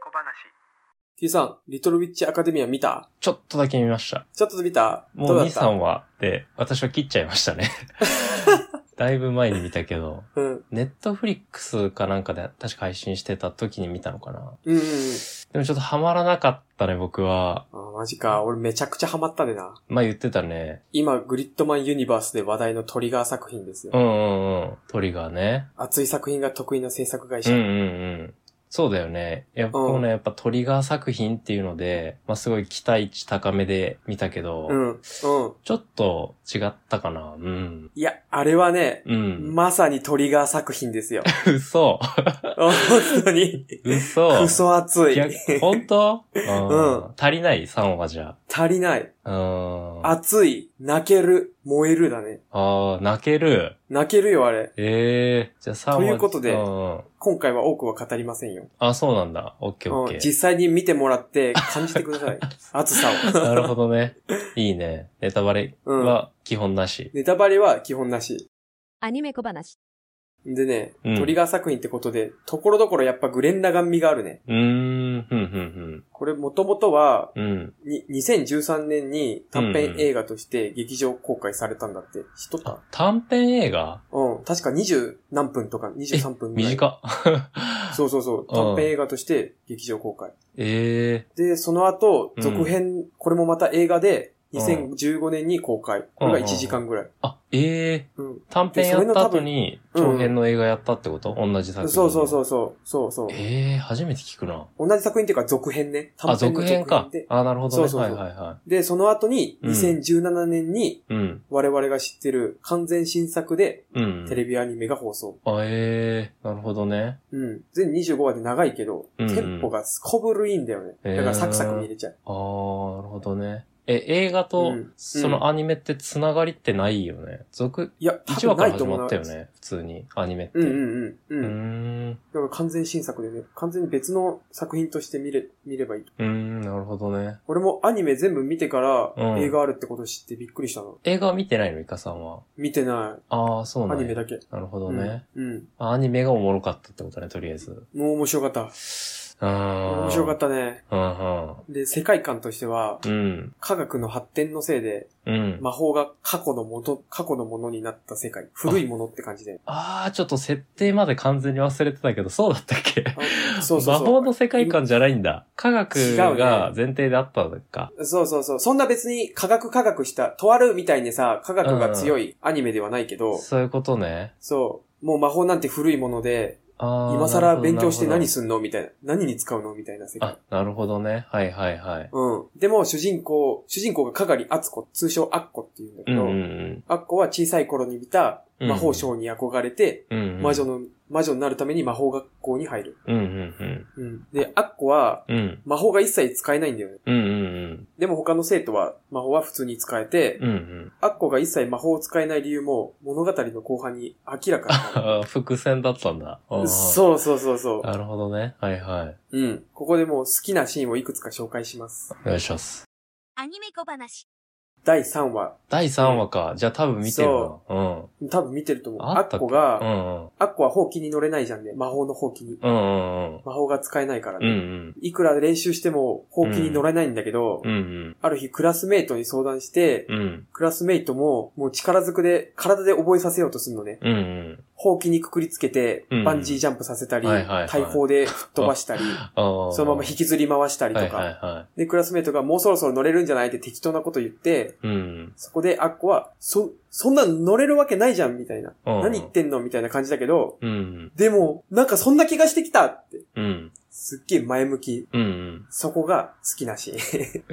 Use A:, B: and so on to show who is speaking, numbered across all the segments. A: 小話
B: T さん、リトルウィッチアカデミア見た
C: ちょっとだけ見ました。
B: ちょっと見た
C: も
B: ど
C: う
B: だ
C: 2、
B: った
C: 3話で、私は切っちゃいまし たね。だいぶ前に見たけど、
B: うん。うん
C: ネットフリックスかなんかで確か配信してた時に見たのかな。
B: うんうん。
C: でもちょっとハマらなかったね、僕は。
B: あー、マジか。俺めちゃくちゃハマったでな。
C: まあ言ってたね。
B: 今、グリッドマンユニバースで話題のトリガー作品ですよ。
C: うんうんうん。トリガーね。
B: 熱い作品が得意な制作会
C: うん
B: 社。
C: うんうん。そうだよね。やっぱこのねやっぱトリガー作品っていうので、まあすごい期待値高めで見たけど、
B: うん。うん。
C: ちょっと違ったかな。うん。
B: いや、あれはね、
C: うん。
B: まさにトリガー作品です よ。
C: 嘘。
B: 本当に。
C: 嘘。
B: クソ熱い。
C: 逆本 当
B: ん
C: うん。足りない ?3 話じゃ。
B: 足りない。
C: うん。あ
B: 熱い。泣ける。燃えるだね。
C: あー、泣ける。
B: 泣けるよ、あれ。
C: ええじゃあ3話。
B: ということで
C: うん。
B: 今回は多くは語りませんよ。
C: あ、そうなんだ。オッケーオッ
B: う
C: ケ
B: ん
C: ー。
B: 実際に見てもらって感じてくだ さい。熱さを。
C: なるほどね。いいね。ネタバレは基本なし。
B: ネタバレは基本なし。
D: アニメ小話。
B: でね、
C: うん
B: トリガー作品ってことで、ところどころやっぱグレン・ラガン味があるね。
C: うーん、ふんふん
B: これもともとは、
C: ふん。うん。
B: に2013年に短編映画として劇場公開されたんだって。知っとった
C: あ短編映画
B: うん。確か20何分とか23分ぐらい。
C: 短っ。
B: そうそうそう。
C: うん
B: 短編映画として劇場公開。
C: え
B: で、その後、
C: うん
B: 続編、これもまた映画で、
C: うん
B: 2015年に公開。これが1時間ぐらい。
C: ー。あ、ええ
B: うん。
C: 短編や
B: でそれの
C: っ
B: 多
C: た
B: 分
C: 後に、
B: うん
C: 長編の映画やったってこと同じ作品。。
B: そうそうそううそう。そうそう。
C: ええ初めて聞くな。
B: 同じ作品っていうか続編ね。
C: あ、
B: 短編の
C: 続編か
B: で。。
C: あ、なるほどね。
B: そうそう
C: はい
B: そう
C: はいは
B: で、その後に、
C: うん
B: 2017年に、
C: い。うん。
B: 我々が知ってる完全新作で、
C: うん。
B: テレビアニメが放送。
C: あ、ええなるほどね。
B: うん。全25話で長いけど、
C: うんうん
B: テンポがすこぶるいいんだよね。だからサクサク見れちゃう。
C: ああ、なるほどね。え、映画
B: う
C: と
B: ん、
C: そのアニメってつながりってないよね。続、
B: いや、多
C: 1
B: 分
C: 話か
B: な
C: ら
B: いと
C: 始
B: 思う
C: ま
B: な
C: ったよ。ね。普通に、アニメって。
B: うんうんうん。
C: う
B: う
C: ー
B: ん。だ
C: ん。
B: から完全新作でね、完全に別の作品として見れ、見ればいいと。
C: うーん、なるほどね。
B: 俺もアニメ全部見てか
C: う
B: ら
C: ん
B: 映画あるってこと知ってびっくりしたの。
C: 映画は見てないのイカさんは。
B: 見てない。
C: ああ、そう
B: ア
C: なん
B: ニメ
C: や
B: だけ。
C: なるほどね、
B: うん。
C: あアニメがおもろかったってことね、とりあえず。
B: うん。もう面白かった。
C: うーん。。
B: 面白かったたね。
C: うん
B: で、世界観としては、
C: うん。
B: 科学の発展のせいで、
C: うん。うん。
B: 魔法が過去のもと、過去のものになった世界。古いものって感じで。
C: ああ、ちょっと設定まで完全に忘れてたけど、そうだったっけ
B: あそうそうそう。
C: 魔法の世界観じゃないんだ。科学
B: 違うね
C: が前提であったのか。
B: そうそうそう。そんな別に科学科学した、とあるみたいにさ、科学が強いアニメではないけど、
C: そういうことね。
B: そう。もう魔法なんて古いもので、
C: ああ。
B: 今更勉強して何
C: す
B: すんのみたいな。何に使うのみたいな世界
C: あ。、なるほどね。はいはいはい。
B: うん。でも主人公、主人公がかがりあつこ、通称あっこって言うんだけ
C: うん
B: ど、
C: うん
B: あっこは小さい頃に見た魔法省に憧れて、
C: うん。うんうん
B: 魔女。の、魔女になるために魔法学校に入る。
C: うんうん
B: うん。で、あっこは、
C: うん。うん。
B: 魔法が一切使えないんだよね。
C: うんうん
B: でも他の生徒は魔法は普通に使えて、
C: うん。うんうん。
B: アッコが一切魔法を使えない理由も物語の後半に明らか
C: ああ、伏線だったんだ。あ
B: にな
C: ー
B: る。そうそうそうそ
C: なるほどね。はいはい。
B: う。うん。ここでもう好きなシーンをいくつか紹介します。
C: お願いします。
D: アニメ小話。
B: 第3話。
C: 第3話か。じゃあ多分見てるな。うん。
B: 多分見てると思う。
C: あ
B: ア
C: った
B: ッ
C: っけ
B: コ
C: う
B: が、
C: んうん。
B: アッコはほうきに乗れないじゃんね。魔法のほうきに。
C: うんうんうん。
B: 魔法が使えないから
C: うんう
B: ね。
C: ん。
B: いくら練習してもほうきに乗れないんだけど、
C: うんうん。
B: ある日クラスメイトに相談して、
C: うん。
B: クラスメイトももう力ずくで体で覚えさせようとするのね。
C: うんうん。
B: ほうきにくくりつけて
C: う、ん
B: バンジージャンプさせたり、
C: はいはいはい
B: 大砲で吹っ飛ばした り、
C: ああ。
B: そのまま引きずり回したりとか、
C: はいはいはい。
B: で、クラスメイトがもうそろそろ乗れるんじゃないって適当なこと言って、
C: うん。
B: そこでアッコは、そ、そんなん乗れるわけないじゃんみたいな。
C: うん
B: 何言ってんのみたいな感じだけど、
C: うん。
B: でも、なんかそんな気がしてきたって、
C: うん。
B: すっげえ前向き。
C: うんうん。
B: そこが好きな シーン。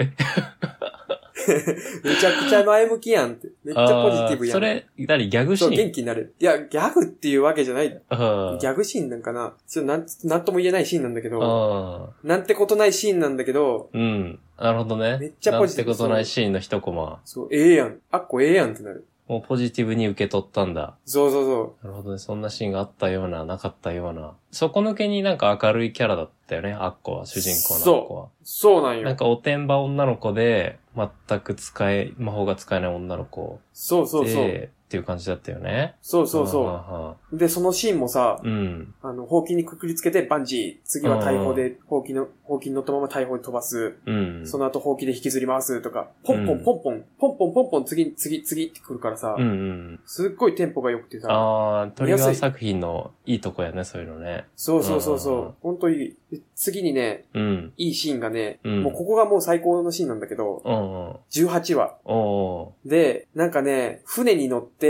B: めちゃくちゃ前向きやんって。めっちゃポジティブやん。
C: あーそれ、何ギャグシ
B: そう、
C: ー
B: 元
C: ン
B: 気になる。いや、ギャグっていうわけじゃない。ギ
C: あー
B: ャグシーンなんかな。ちょっとなん、なんとも言えないシーンなんだけど、
C: あ
B: なんてことないシーンなんだけど、
C: ー。うん。なるほどね。
B: めっちゃポジティブ
C: なんてことないシーンの一コマ。
B: そう、ええやん。アッコええやんってなる。
C: もうポジティブに受け取ったんだ。
B: そうそうそ
C: なるほどね。そんなシーンがあったような、なかったような。底抜けになんか明るいキャラだったよね、アッコは、主人公のアッコは。
B: う。そうなんよ。
C: なんかおてんば女の子で、全く使え、魔法が使えない女の子。
B: そうそうそう。
C: で、っていう感じだったよね。
B: そうそうそ。
C: そう
B: で、そのシーンもさ、
C: う。うん。
B: あの、ほうきにくくりつけてバンジー、次は大砲で、ほうきの、ほうきに乗ったまま大砲に飛ばす、
C: うん。
B: その後ほうきで引きずり回すとか、ポンポ
C: う
B: ン
C: ん
B: ポンポン、ポンポンポンポン、次、次、次ってくるからさ
C: う、んうん。
B: すっごいテンポが良くてさ、
C: ああ、トリガー作品のいいとこやね、そういうのね。
B: そうそうそうそ
C: うん
B: う、ほんといい。で次にね、
C: うん。
B: いいシーンがね、
C: うん
B: もうここがもう最高のシーンなんだけど、
C: うんうん。
B: 18話。
C: お
B: で、なんかね、船に乗って、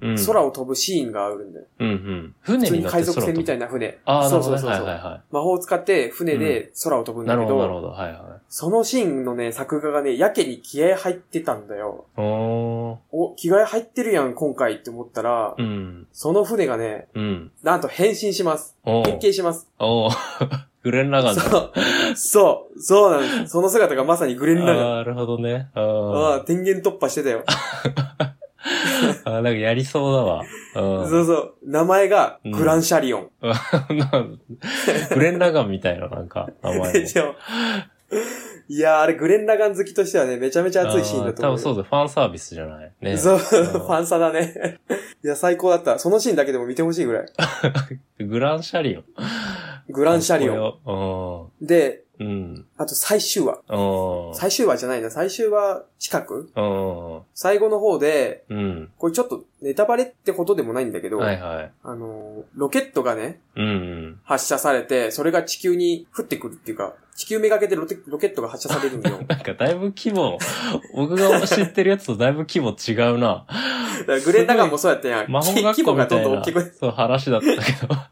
C: ーうん。
B: 空を飛ぶシーンがあるんだよ。
C: うんうん。
B: 普
C: 船
B: 通
C: に
B: に
C: 乗って
B: 海
C: 空を
B: 賊船みたい
C: な。
B: な船。
C: ああ、な
B: そ
C: る
B: うそう
C: ほどね。
B: そう
C: はい
B: そ。
C: はいうは
B: 魔法を使って船で空を飛ぶ
C: い。
B: ん
C: な
B: だ
C: る
B: け
C: ほど、な
B: ど、
C: るほど。はいは
B: そのシーンのね、作画がね、やけに気合入ってたんだよ。
C: い。おー。
B: お、気合入ってるやん、今回って思ったら、
C: うん。
B: その船がね、
C: うん。
B: なんと変身します。
C: お
B: 変
C: ー。
B: 形します。
C: おー。 グレンラガンだ。
B: そう。そう。そうなんです。その姿がまさにグレンラ
C: あ
B: ガン。
C: ーなるほどね。
B: ああ
C: あ
B: ー、天元突破してたよ。
C: ーあー。なんかやりそうだわ。
B: そう
C: うん。
B: そう。名前が、グランシャリオン。
C: グレンラガンみたいな、なんか、名前も。
B: でしょ。いやー、あれ、グレン・ラガン好きとしてはね、めちゃめちゃ熱いシーンだと思うよ。
C: あー多分そうだ、ファンサービスじゃない。ね。
B: そう、
C: ん
B: ファンサだね。 いや、最高だった。そのシーンだけでも見てほしいぐらい。
C: グランシャリオン。
B: グランシャリ オン。
C: ン。
B: で、
C: うん。
B: あと最終話。
C: うん。
B: 最終話じゃないな。最終話近く
C: うん。
B: 最後の方で、
C: うん。
B: これちょっとネタバレってことでもないんだけど、
C: はいはい。
B: あのー、ロケットがね、
C: うん。
B: 発射されて、それが地球に降ってくるっていうか、地球めがけてロテロケットが発射されるん だよ。
C: なんかだいぶ規模、僕が知ってるやつとだいぶ規模違うな。
B: だからグレン・ラガンもそうやったやん。
C: 魔法学
B: 規模
C: 校み
B: がどん
C: たい
B: どん
C: な
B: 大きくな って、
C: そう話だったけど。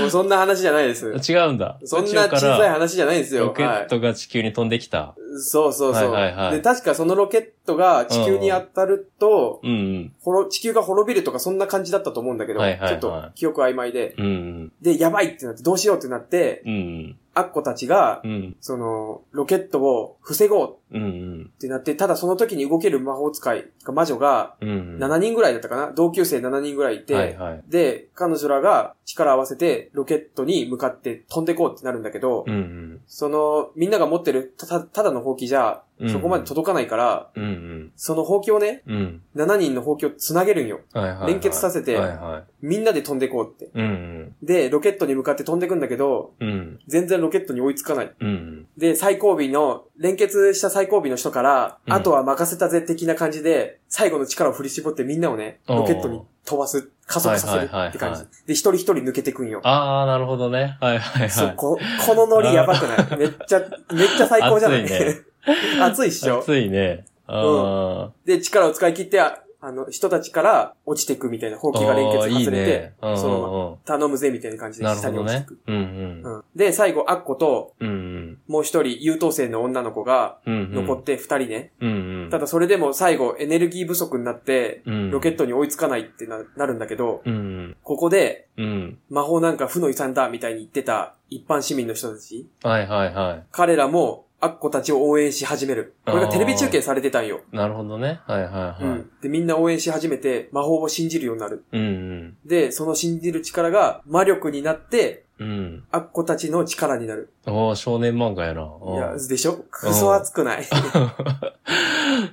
B: もうそんな話じゃないです。
C: 違うんだ。
B: そんな小さい話じゃないんです
C: ロ
B: よ。
C: ケ
B: は
C: ッ
B: い。
C: トが地球に飛んできた。
B: そうそうそう、
C: はいはいはい
B: で、確かそのロケットが地球に当たると、
C: うん。
B: ほろ地球が滅びるとかそんな感じだったと思うんだけど、
C: はいはいはい
B: ちょっと記憶曖昧で。
C: うん。
B: で、やばいってなって、どうしようってなって、
C: うん。
B: アッコたちが、
C: うん。
B: その、ロケットを防ごう
C: うん。
B: ってなって、ただその時に動ける魔法使い、魔女が、
C: うん。
B: 7人ぐらいだったかな、同級生7人ぐらいいて、
C: はいはい。
B: で、彼女らが力を合わせてロケットに向かって飛んでこうってなるんだけど、
C: うん。
B: その、みんなが持ってるたたただのほうきじゃ
C: うん、
B: そこまで届かないから、
C: うん。
B: そのほうきをね、
C: うん。うん。
B: 7人のほうきを繋げるんよ。
C: はいはいはい。
B: 連結させて
C: はいは
B: みんなで飛んでこうって。
C: い。うん。
B: で、ロケットに向かって飛んでくんだけど、
C: うん。
B: 全然ロケットに追いつかない。
C: うん。
B: で、最後尾の、連結した最後尾の人から、
C: うん
B: あとは任せたぜ的な感じで、最後の力を振り絞ってみんなをね、
C: おー
B: ロケットに飛ばす、加速させるって
C: はいはい
B: 感
C: はい
B: じ
C: は。
B: で、一人一人抜けてくんよ。
C: ああ、なるほどね。はいはい
B: そ
C: はい。
B: こ、 このノリやばくないめっちゃ、めっちゃ最高じゃない
C: 熱いね
B: 熱いっしょ
C: 暑いね。あ
B: で、力を使い切って、ああの、人たちから落ちていくみたいな、ほう
C: あ。
B: きが連結
C: いい
B: 外れて、
C: ね。うんうん
B: その頼むぜみたいな感じ
C: うん
B: で
C: なる
B: 下
C: ほ
B: に
C: ど
B: 落ちてい
C: ね
B: く。。
C: うん
B: うんで、最後、アッコと、
C: うん。うん
B: もう一人、優等生の女の子が
C: うん。うん
B: 残って二人ね。
C: うんうん。
B: ただ、それでも最後、エネルギー不足になって、
C: うん、
B: ロケットに追いつかないってななるんだけど、
C: うん
B: ここで、
C: うん。うん。
B: 魔法なんか負の遺産だみたいに言ってた一般市民の人たち、
C: はいはいは
B: 彼らも、アッコたちを応援し始める。これがテレビ中継されてたんよ。
C: い。なるほどね。はいはい
B: うん
C: はい。
B: で、みんな応援し始めて、魔法を信じるようになる。
C: うん
B: で、その信じる力が魔力になって、
C: うん。うん。
B: アッコたちの力になる。
C: おー少年漫画やな。
B: いや、
C: う
B: でしょクソ熱くない。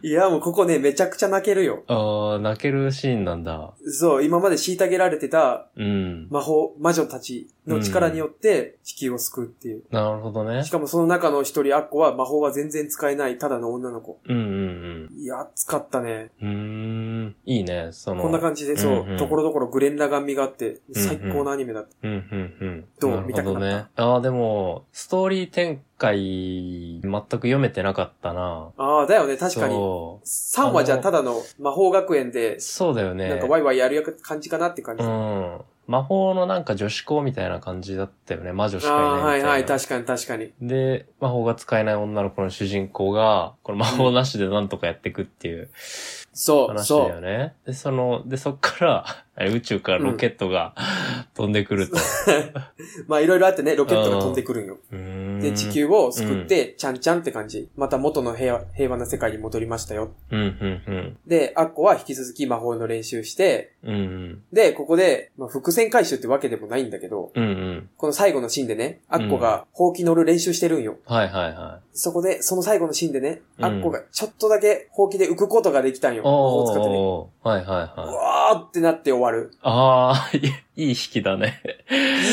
B: いや、もうここね、めちゃくちゃ泣けるよ。
C: んああ、泣けるシーンなんだ。
B: そう、今まで虐げられてた
C: うん。
B: 魔法、魔女たちの力によって地球を救うっていう。
C: なるほどね
B: し。かもその中の一人、アッコは魔法は全然使えない、ただの女の子。
C: うんうん
B: いや、熱かったね。
C: うん。うーん。いいね。その。
B: こんな感じで、そう、
C: うんうん
B: ところどころグレンラガン味があって、最高のアニメだった。
C: うんうんうん。
B: どう
C: なるほ
B: 見たくなった
C: ね。ああ、でも、ストーリー展開、全く読めてなかったな。
B: ああ、だよね、確かに。
C: そ
B: 3話じゃあただの魔法学園で
C: う。、そうだよね。
B: なんかワイワイやる感じかなって感じ。
C: う
B: あ
C: ん。魔法のなんか女子校みたいな感じだったよね。魔女しかい
B: あ
C: ないみ
B: ー、
C: た
B: はいい
C: な。
B: はい、確かに確かに。
C: で、魔法が使えない女の子の主人公が、この魔法なしでなんとかやっていくっていう
B: そう、
C: 話だ
B: そ
C: よね。で、その、で、そっから、 あれ宇宙からロケットが飛んでくると。
B: う。まあいろいろあってね、ロケットが飛んでくるんよ。
C: うーん。うん
B: で、地球を救って、ちゃんちゃんって感じ。また元の平和平和な世界に戻りましたよ。
C: うん、うん、
B: で、アッコは引き続き魔法の練習して、
C: うん。うん、
B: で、ここで、まあ、伏線回収ってわけでもないんだけど、
C: うん。うん、うん。
B: この最後のシーンでね、アッコが、ほうき乗る練習してるんよ。
C: はい、はい、は
B: そこで、その最後のシーンでね、
C: うん
B: アッコがちょっとだけほうきで浮くことができたんよ。
C: い。
B: 魔法使ってね。
C: おー、はい、はい、
B: う
C: はい。
B: わーってなって終わる。
C: あー、 いいいい引きだ ね。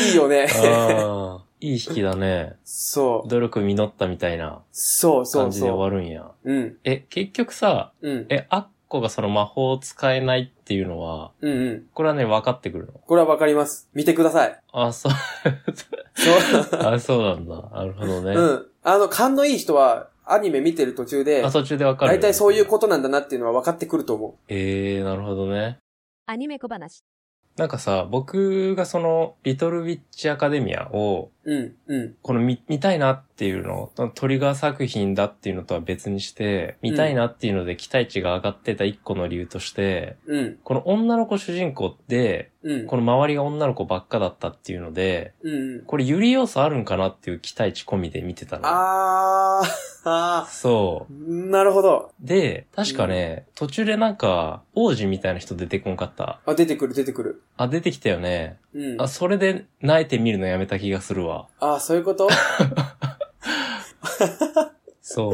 B: いいよね。
C: あー、 いい引きだね。
B: そう。
C: 努力実ったみたいな
B: そうそ
C: 感
B: う
C: じで
B: そう。
C: 終わるんや。
B: うん。
C: え、結局さ、
B: うん。
C: え、アッコがその魔法を使えないっていうのは、
B: うんうん。
C: これはね、分かってくるの。
B: これはわかります。見てください。
C: あ、そう、
B: そう。
C: あ、そうなんだ。なるほどね。
B: うん。あの、勘のいい人は、アニメ見てる途中で
C: あ、、途中で分かる。
B: 大体そういう
C: と。
B: ことなんだなっていうのは分かってくると思
C: えー、なるほどね。
D: アニメ小話。
C: なんかさ、僕がその、リトルウィッチアカデミアを、
B: う。うん、うん、
C: この見、見たいなっていうの、トリガー作品だっていうのとは別にして、見たいなっていうので期待値が上がってた一個の理由として、
B: うん、
C: この女の子主人公って、
B: うん、
C: この周りが女の子ばっかだったっていうので、
B: うんうん。
C: これユリ要素あるんかなっていう期待値込みで見てたの。
B: あー、あ
C: そ
B: ー、なるほど。
C: う。で、確かね、途中でなんか、王子みたいな人出てこんかった。
B: あ、出てくる、出てくる。
C: あ、出てきたよね。
B: うん。
C: あ、それで泣いてみるのやめた気がするわ。
B: あー、そういうこと
C: そう。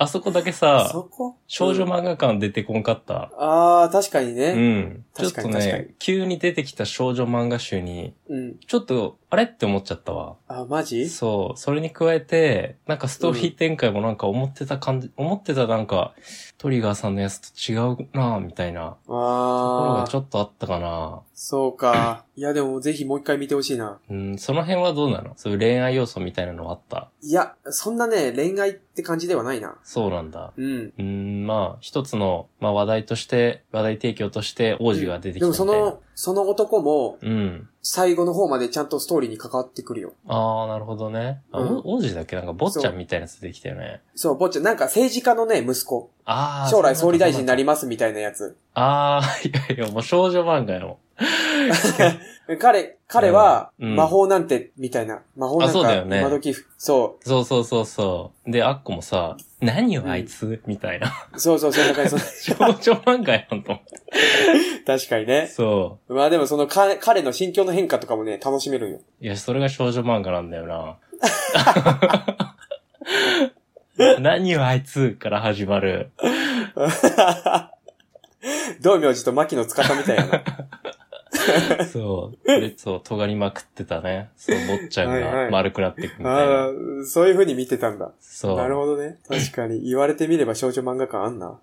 C: あそこだけさ、
B: そこ
C: 少女漫画館出てこんかった。
B: あー、確かに
C: う
B: ね。
C: ん。ちょ
B: 確
C: っ
B: か
C: と
B: に確か
C: ね、急に出てきた少女漫画集に、
B: うん。
C: ちょっと、あれって思っちゃったわ。
B: あ、マジ
C: そう。それに加えて、なんかストーリー展開もなんか思ってた感じ、思ってたなんか、トリガーさんのやつと違うなぁみたいなところ
B: あ
C: がち
B: ー、
C: ょっとあったかな
B: そうか。いや、でもぜひもう一回見てほしいな。
C: うん、その辺はどうなのそういう恋愛要素みたいなのはあった
B: いや、そんなね、恋愛って感じではないな。
C: そうなんだ。
B: うん。
C: うん、まあ、一つの、まあ話題として、話題提供として王子が出てき
B: で
C: た
B: も
C: み
B: そ
C: たいな。
B: の、その男も、
C: うん。
B: 最後の方までちゃんとストーリーに関わってくるよ。
C: ああ、なるほどね。あ
B: うん
C: お王子だっけなんか坊ちゃんみたいなやつ出てきたよね。
B: そう、ぼっちゃん、なんか政治家のね、息子。
C: ああ。
B: 将来総理大臣にな
C: り。
B: りますみたいなやつ。
C: ああ、いやいや、もう少女漫画やも
B: 彼、彼は、
C: うん
B: 魔法なんて、みたいな。魔法なん
C: あそうだ
B: か、
C: よね
B: 今時、そ
C: そうそうそうそう。で、アッコもさ、何よあいつ、みた いな。
B: う、そうそう、そんな感じ、そんな
C: 少女漫画やんと思って。
B: 確かにね。
C: そ
B: まあでもそのか、彼の心境の変化とかもね、楽しめるんよ。
C: う。いや、それが少女漫画なんだよな。何よあいつから始まる。
B: 道明寺と牧野使ったみ たいやな。
C: そう。で、そう、尖りまくってたね。そう、坊ちゃん
B: はいは
C: が
B: い
C: 丸くなっていくみたいな。
B: ああ、そういう風に見てたんだ。
C: そう。
B: なるほどね。確か に、言われてみれば少女漫画感あんな。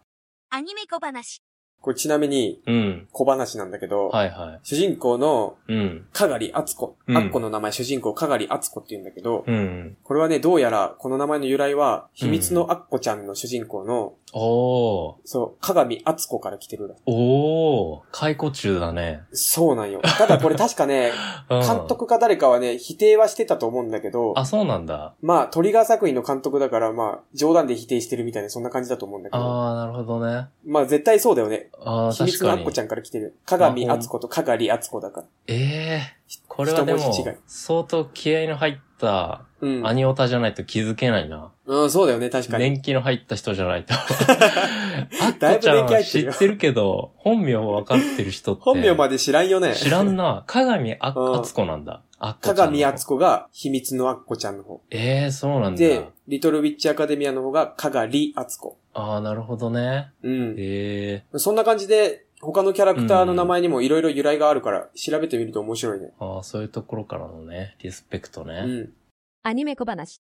D: アニメ小話。
B: これちなみに、
C: うん。
B: 小話なんだけど、
C: はいは
B: 主人公の、
C: い。うん。
B: かがりあつこ。
C: うん
B: あっこの名前、主人公かがりあつこって言うんだけど、
C: うん。
B: これはね、どうやら、この名前の由来は、秘密のアッコちゃんの主人公の、
C: おー。
B: そう、鏡厚子から来てるらしい
C: おー。解雇中だね。
B: そうなんよ。ただこれ確かね、
C: うん
B: 監。督か誰かはね、否定はしてたと思うんだけど、
C: あ、そうなんだ。
B: まあ、トリガー作品の監督だから、まあ、冗談で否定してるみたいな、そんな感じだと思うんだけど。
C: あー、なるほどね。
B: まあ、絶対そうだよね。
C: あー、
B: 秘密
C: 確
B: の
C: か
B: ア
C: に
B: ッコ。ちゃんから来てる。鏡厚子とかがり厚子だから。
C: ええこれはで
B: 一文字違い
C: も、相当気合の入った、
B: うん。
C: アニオタじゃないと気づけないな。
B: うん、そうだよね、確かに。
C: 年季の入った人じゃない と。あっ
B: だい
C: こ
B: ぶ
C: ちゃ
B: 年季入
C: んは
B: って
C: 知
B: るよ
C: ってるけど、本名わかってる人って。
B: 本名まで知らんよね。
C: 知らんな。 鏡あ、
B: うん
C: あつこなんだ。あっこちゃんの。
B: 鏡厚子が秘密のアッコちゃんの方。
C: ええそうなんだ。
B: で、リトルウィッチアカデミアの方が、かがりあつこ。
C: ああ、なるほどね。
B: うん。
C: ええ
B: そんな感じで、他のキャラクターの名前にもいろいろ由来があるから、調べてみると面白いね。
C: ああ、そういうところからのね、リスペクトね。
B: うん。
D: アニメ小話。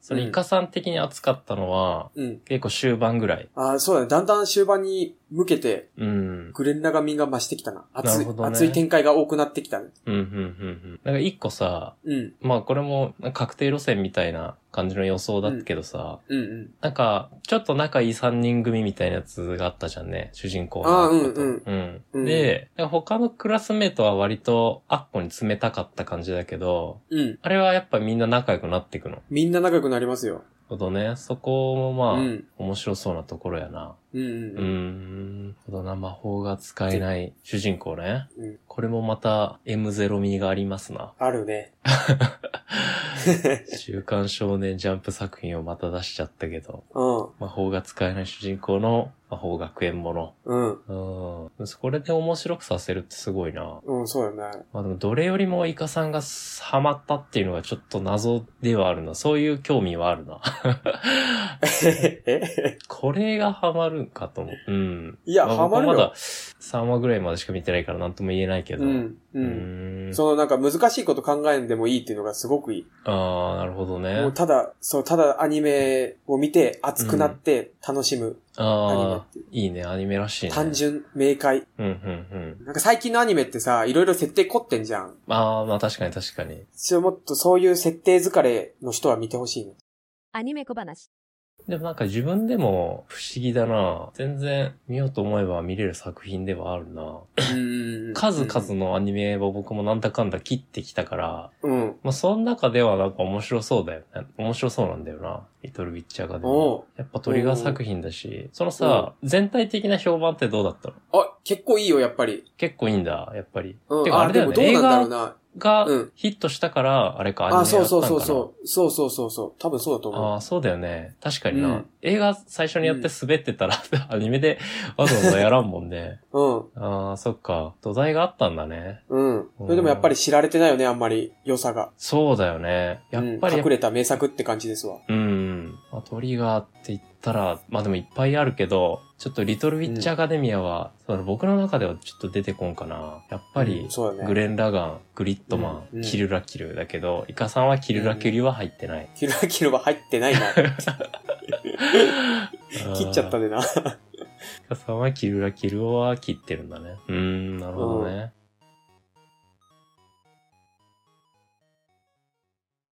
C: それ、イカさん的に熱かったのは、
B: うん。
C: 結構終盤ぐらい。
B: ああ、そうだね。だんだん終盤に向けて、
C: うん。
B: グレンラガミンが増してきたな。
C: な
B: 熱い、
C: るほどね
B: 熱い展開が多くなってきたね。
C: うん、うん、うん、うん。なんか一個さ、
B: うん。
C: まあこれも確定路線みたいな感じの予想だったけどさ、
B: うんうん。
C: なんかちょっと仲いい3人組みたいなやつがあったじゃんね、主人公の
B: ああ
C: アッコと
B: うんうん
C: で、他のクラスメートは割とアッコに冷たかった感じだけど、
B: うん。
C: あれはやっぱみんな仲良くなっていくの。
B: みんな仲良くなりますよ。
C: ほどね、そこも
B: う
C: まあ、
B: ん。
C: 面白そうなところやな。
B: うんう
C: うー
B: ん。
C: ん、ほどな、魔法が使えない主人公ね。
B: うん
C: これもまた M0 味がありますな。
B: あるね。
C: 週刊少年ジャンプ作品をまた出しちゃったけど、
B: うん。
C: 魔法が使えない主人公の魔法学園も
B: うん。
C: の。うん。これで面白くさせるってすごいな。
B: うん、そうよね。
C: まあでもどれよりもイカさんがハマったっていうのがちょっと謎ではあるな。そういう興味はあるな。
B: え
C: これがハマるんかと思う。うん。
B: いや、
C: まあ
B: ハマる
C: 僕はま
B: よ
C: だ。3話ぐらいまでしか見てないから何とも言えないけど。
B: うん。
C: う
B: うん。
C: ーん。
B: そのなんか難しいこと考えんでもいいっていうのがすごくいい。
C: ああ、なるほど
B: も
C: ね
B: う。ただ、そう、ただアニメを見て熱くなって楽しむアニメ
C: ああ
B: っていう、
C: いいね。アニメらしいね。
B: 単。純、明快。
C: うんうんうん。
B: なんか最近のアニメってさ、いろいろ設定凝ってんじゃん。
C: ああ、まあ確かに確かに。
B: それもっとそういう設定疲れの人は見てほ しいね。
D: アニメ小話。
C: でもなんか自分でも不思議だな。全然見ようと思えば見れる作品ではあるな。数々のアニメを僕もなんだかんだ切ってきたから、
B: うん。
C: まあその中ではなんか面白そうだよね。面白そうなんだよな。リトルウィッチアカデミー。
B: おう
C: やっぱトリガー作品だし、そのさ、全体的な評判ってどうだったの
B: あ、結構いいよ、やっぱり。
C: 結構いいんだ、やっぱり。
B: う
C: て
B: ん。
C: かあれだよね
B: でもどうなんだろうな。
C: が
B: うん
C: ヒットしたから、あれか、アニメ
B: あ、
C: やったんかな
B: そうそうそうそう。そうそうそうそう。多分そうだと
C: あ
B: 思
C: あ、そうだよね。確かにな。
B: うん
C: 映画最初にやって滑ってたら、アニメでわざわざやらんもんね。
B: う。
C: ああ、そっか。土台があったんだね。
B: うん。うん。それでもやっぱり知られてないよね、あんまり良さが。
C: そうだよね。やっぱり、
B: うん、隠れた名作って感じですわ。
C: うん。まあ、トリガーって言ったら、まあでもいっぱいあるけど、ちょっとリトルウィッチアカデミアは、その僕の中ではちょっと出てこんかな。やっぱり、
B: そうだ
C: グ
B: ね。
C: レン・ラガン、グリッドマン、
B: うんうん
C: キルラキルだけど、イカさんはキルラキルは入ってない。
B: キルラキルは入ってない な。切っちゃった
C: ね。
B: でな。
C: イカさんはキルラキルは切ってるんだね。うーん、なるほどね。